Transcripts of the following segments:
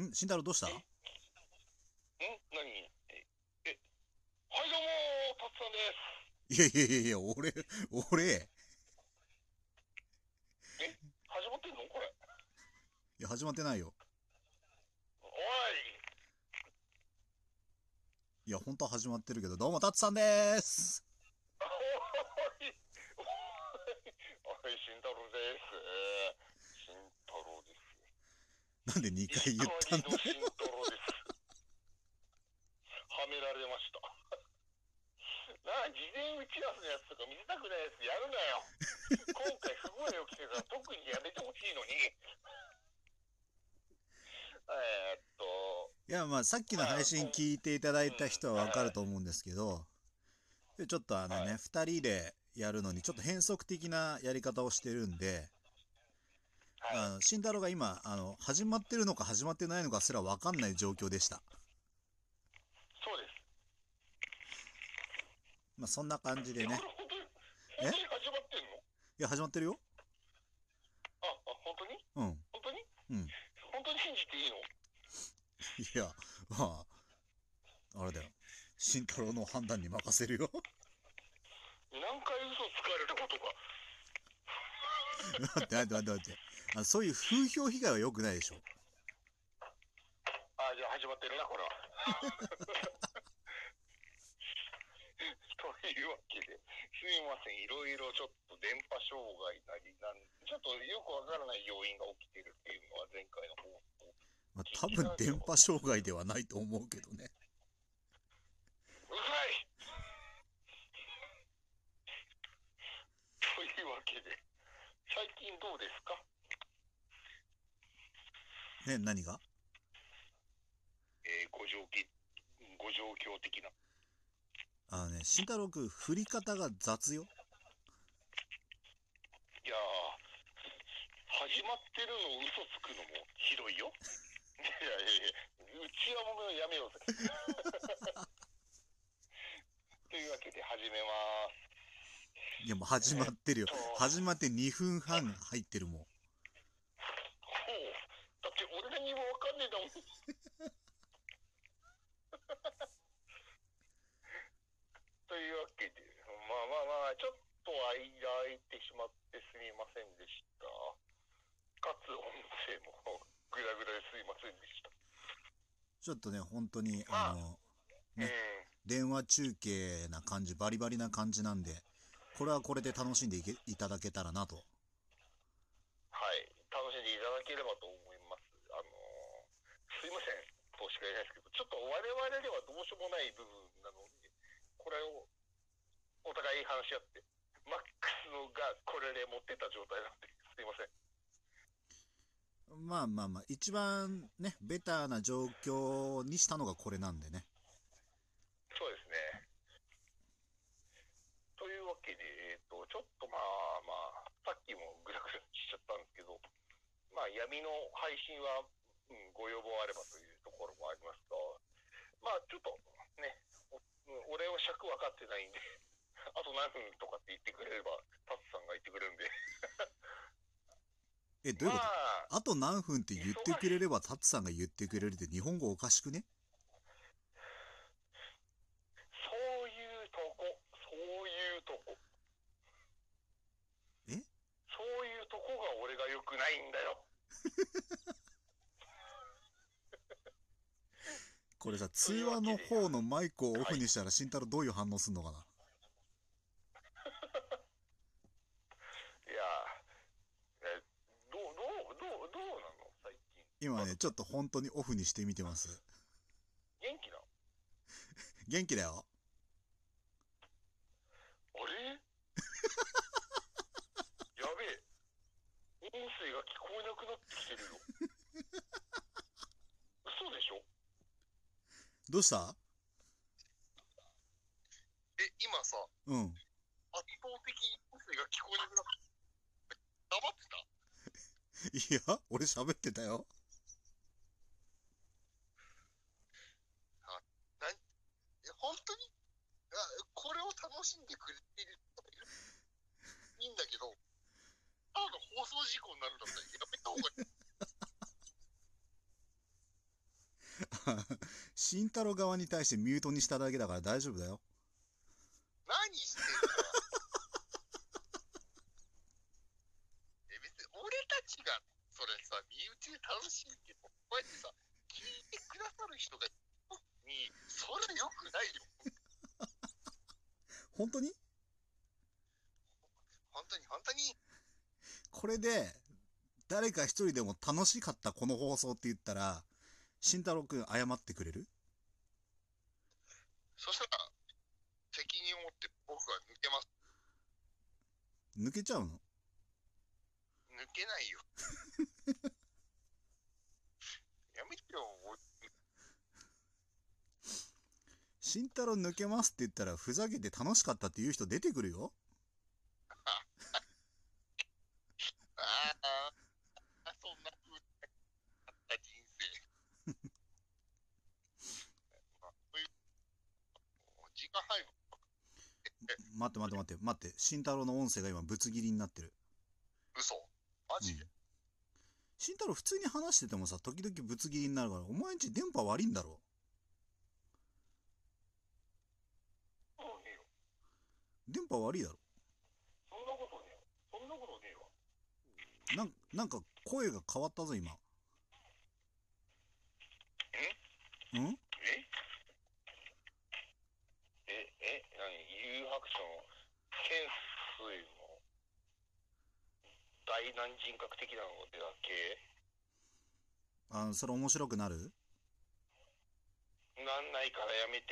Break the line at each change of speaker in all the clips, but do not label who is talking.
ん慎太郎どうした
えん何え、え、はいどうもー、たつさんで
い
す。
やいやいやいや、俺、俺、
始まってんのこれ。
いや、始まってないよ。
おい、
いや、本当は始まってるけど、どうも、たつさんでーす。
おい、おい、おい、慎太郎です。慎太郎です。
なんで2回言ったんだ
石川の慎太郎です。はめられました。なあ、事前打ち合わせのやつとか見せたくないやつやるなよ。今回不具合起きてたら特にやめてほしいのに。えーっと、
いや、まあ、さっきの配信聞いていただいた人はわかると思うんですけど、でちょっとあの
は
ね、
い
2人でやるのに、ちょっと変則的なやり方をしてるんで、
はい。
あの慎太郎が今、あの、始まってるのか始まってないのかすらわかんない状況でした。
そうです。
まあ、そんな感じで
これ
ね。
本当に、
え
本当に始まってんの
いや、始まってるよ。
あ、あ、本当に
うん。
本当に
うん。
本当に信じていいの
いや、まあ、あれだよ。慎太郎の判断に任せるよ。
何回嘘つかれたことか。
待って待って待って待って。あのそういう風評被害は良くないでしょ。
あじゃあ始まってるなこれは。 というわけですみませんいろいろちょっと電波障害なりなんちょっとよくわからない要因が起きてるっていうのは前回の放送
まあ、多分電波障害ではないと思うけどね。
うるさい というわけで最近どうですか
ね、何が
えー、ご状況ご状況的な
あのね、慎太郎くん、振り方が雑よ。
いやー始まってるのを嘘つくのもひどいよいやいやいやうちはもうやめようぜというわけで始めま
いや、もう始まってるよ。始まって2分半入ってるもん。
すほうだって俺何もわかんねえだもん というわけでまあまあまあちょっと間空いてしまってすみませんでしたかつ音声もグダグダですみませんでした
ちょっとね、本当に、あの、ね
うん
電話中継な感じ、バリバリな感じなんで、これはこれで楽しんでいけいただけたらなと。
はい、楽しんでいただければと思います。あのーすいません、としか言えないですけど、ちょっと我々ではどうしようもない部分なので、これをお互い話し合って、マックスのがこれで持ってった状態なんで、すいません。
まあまあまあ、一番ね、ベターな状況にしたのがこれなんでね。
そうですね。というわけで、えっ、と、ちょっとまあまあ、さっきもグラグラしちゃったんですけど、まあ闇の配信は、うん、ご要望あればというところもありますが、まあちょっとね、おうん俺は尺分かってないんで、 あと何分とかって言ってくれれば、タツさんが言ってくれるんで、
え、どういうこ
ま
と
あ、
あと何分って言ってくれれば、タツさんが言ってくれるって日本語おかしくね
そういうとこ、そういうとこ。
え
そういうとこが俺が良くないんだよ。
これさ、通話の方のマイクをオフにしたら、慎太郎どういう反応すんのかない
やーえどうどうどうどうなの最近
今ね、ちょっと本当にオフにしてみてます。
元気なの
元気だよ。
あ れやべえ音声が聞こえなくなってきて るよ嘘でしょ
どうした
え今さ
うん。
圧倒的に音声が聞こえなくなって黙ってた
いや、俺喋ってたよ。
え本当にあこれを楽しんでくれている人がいるいいんだけどただの放送事故になるんだったらやめた方がいい
慎太郎側に対してミュートにしただけだから大丈夫だよ。
何してんの え、別に俺たちがそれさ、身内で楽しいって、こうやってさ、聞いてくださる人がいるのに、それよくないよ。
本当に
本当に本当に。
これで、誰か一人でも楽しかったこの放送って言ったら、慎太郎くん謝ってくれる
そしたら、責任を持って僕は抜けます。
抜けちゃうの
抜けないよ。やめてよ、俺
慎太郎抜けますって言ったら、ふざけて楽しかったって言う人出てくるよ。
ああ、そんな風になった人生。まあ、そういう、時間配分、
待って待って待って、待って、慎太郎の音声が今ぶつ切りになってる。
嘘。マジで、
うん慎太郎普通に話しててもさ、時々ぶつ切りになるから、お前んち電波悪いんだろ。
もうねえよ。
電波悪いだろ。
そんなことねえよ。そんなことねえ
な
わ。
んなんか声が変わったぞ、今。ん
ええ、え、何誘白書 の潜水の大難人格的なのだけ
あの、それ面白くなる
なんないからやめて。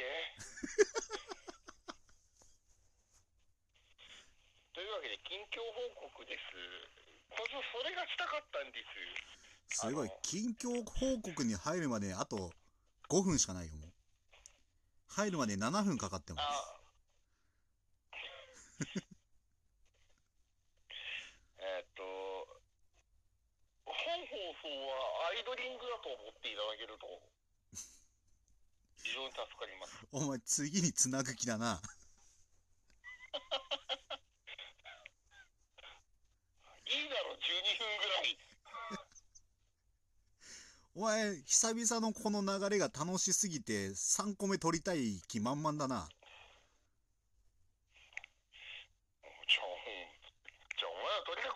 というわけで、近況報告です。こそそれがしたかったんです。
すご
あ
い
の。
近況報告に入るまであと5分しかないよ、もう。入るまで7分かかっても。
あえーっと、本放送はアイドリングだと思っていただけると、非常に助かります。
お前、次に繋ぐ気だな。
いいだろ、12分ぐらい。
お前、久々のこの流れが楽しすぎて、3個目取りたい気満々だな。
じゃあ、うんじゃあお前は取りた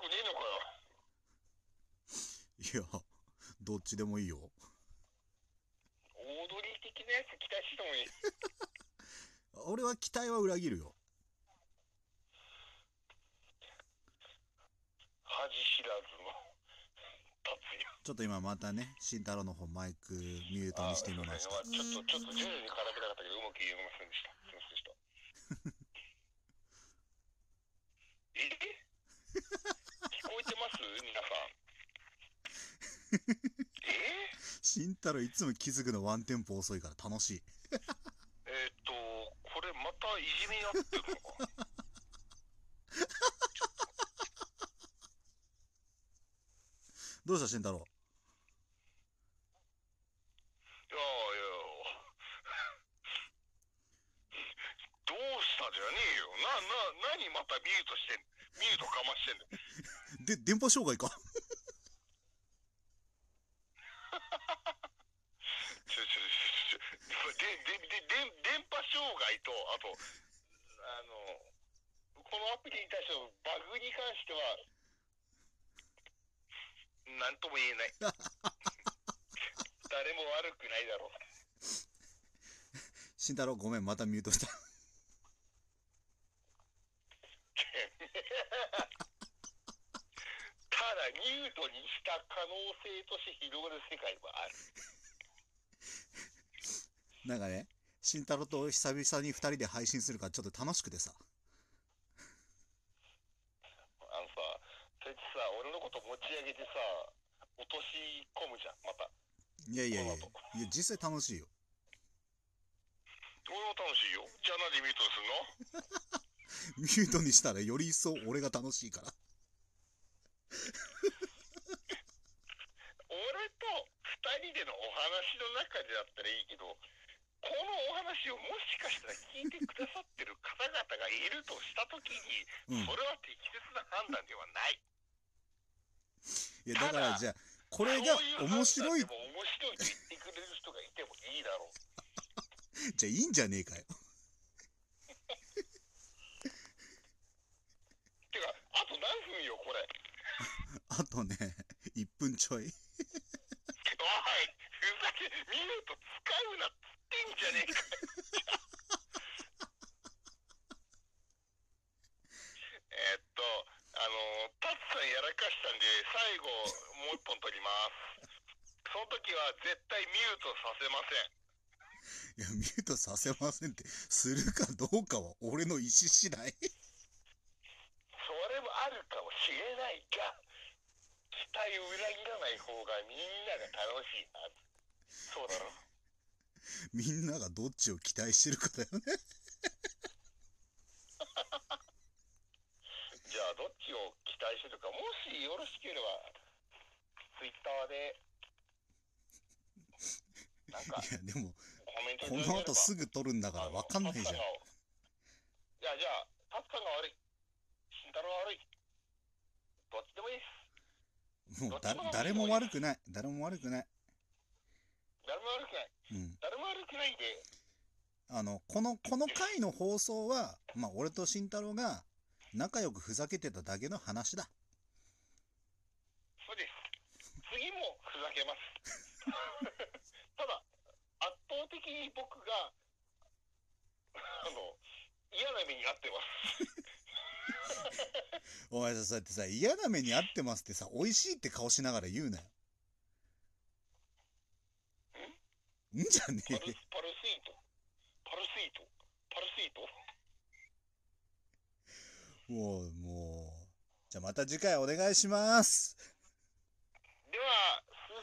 くねえのかよ。
いや、どっちでもいいよ。
オードリー的なやつ期待してもいい。
俺は期待は裏切るよ。
恥知らずの達也。
ちょっと今またね、慎太郎の方マイクミュートにしてみました
あ。そうですねまあちょっと、ちょっと、徐々に絡めなかったけど、うまく言えませんでした。すいませんでした。え聞こえてます皆さん。え
慎太郎いつも気づくのワンテンポ遅いから楽しい。
えーっと、これまたいじめになってるのか
どうした慎太郎
いやいや、どうしたじゃねえよ。な、な、何またミュートしてんミュートかまし
で、
てんの
電波障害か
ちょちょちょちょでででで電波障害と、あと、あの、このアプリに対してのバグに関しては、なんとも言えない。誰も悪くないだろう。
慎太郎ごめん、またミュートした。
ただ、ニュートにした可能性として広がる世界はあ
なん
る。
かね、慎太郎と久々に2人で配信するからちょっと楽しくてさ。
あのさ、そいつさ、俺のこと持ち上げてさ、落とし込むじゃん、また。
いやいやいや、いや実際楽しいよ。
俺も楽しいよ。じゃあなんでミュートにす るの
ミュートにしたらより一層俺が楽しいから。
俺と2人でのお話の中でだったらいいけどこのお話をもしかしたら聞いてくださってる方々がいるとした時に
うん。
それは適切な判断ではない
いや、だからじゃあ、これが
そういう
面白い
判断でも面白いと言ってくれる人がいてもいい
じゃあいいんじゃねえかよ。
てか、あと何分よ、これ。
あとね、1分ちょい。
おい、ふざけ、ミュート使うなっつってんじゃねえか。えっと、あの、タツさんやらかしたんで、最後、もう一本取ります。その時は絶対ミュートさせません。
いや、ミュートさせませんって、するかどうかは俺の意思次第。
それもあるかもしれないが、期待を裏切らない方がみんなが楽しいな。そうだろ。
みんながどっちを期待してるかだよね。
じゃあ、どっちを期待してるか、もしよろしければ、ツイッターで、なんか、
いや、でも、
コメント
こ
い
の
ただければ
後すぐ撮るんだからわかんないじゃん
あの。タツさんがいや、じゃあ、タツさんが悪い。慎太
もう
郎が悪い。どっちでもいいです。
だ、誰も悪くない。誰も悪くない。
誰も悪くない。
うん。
誰も悪くないんで、
あの、この、この回の放送は、まあ、俺と慎太郎が仲良くふざけてただけの話だ。
そうです。次もふざけます。 ただ、圧倒的に僕が、あの、嫌な目に遭ってます。
お前さ、そうやってさ、嫌な目に遭ってますってさ、美味しいって顔しながら言うなよ。んじゃねえよ
パル。パルスイート。パルスイート。パルスイート。
もう、もう。じゃあまた次回お願いします。
では、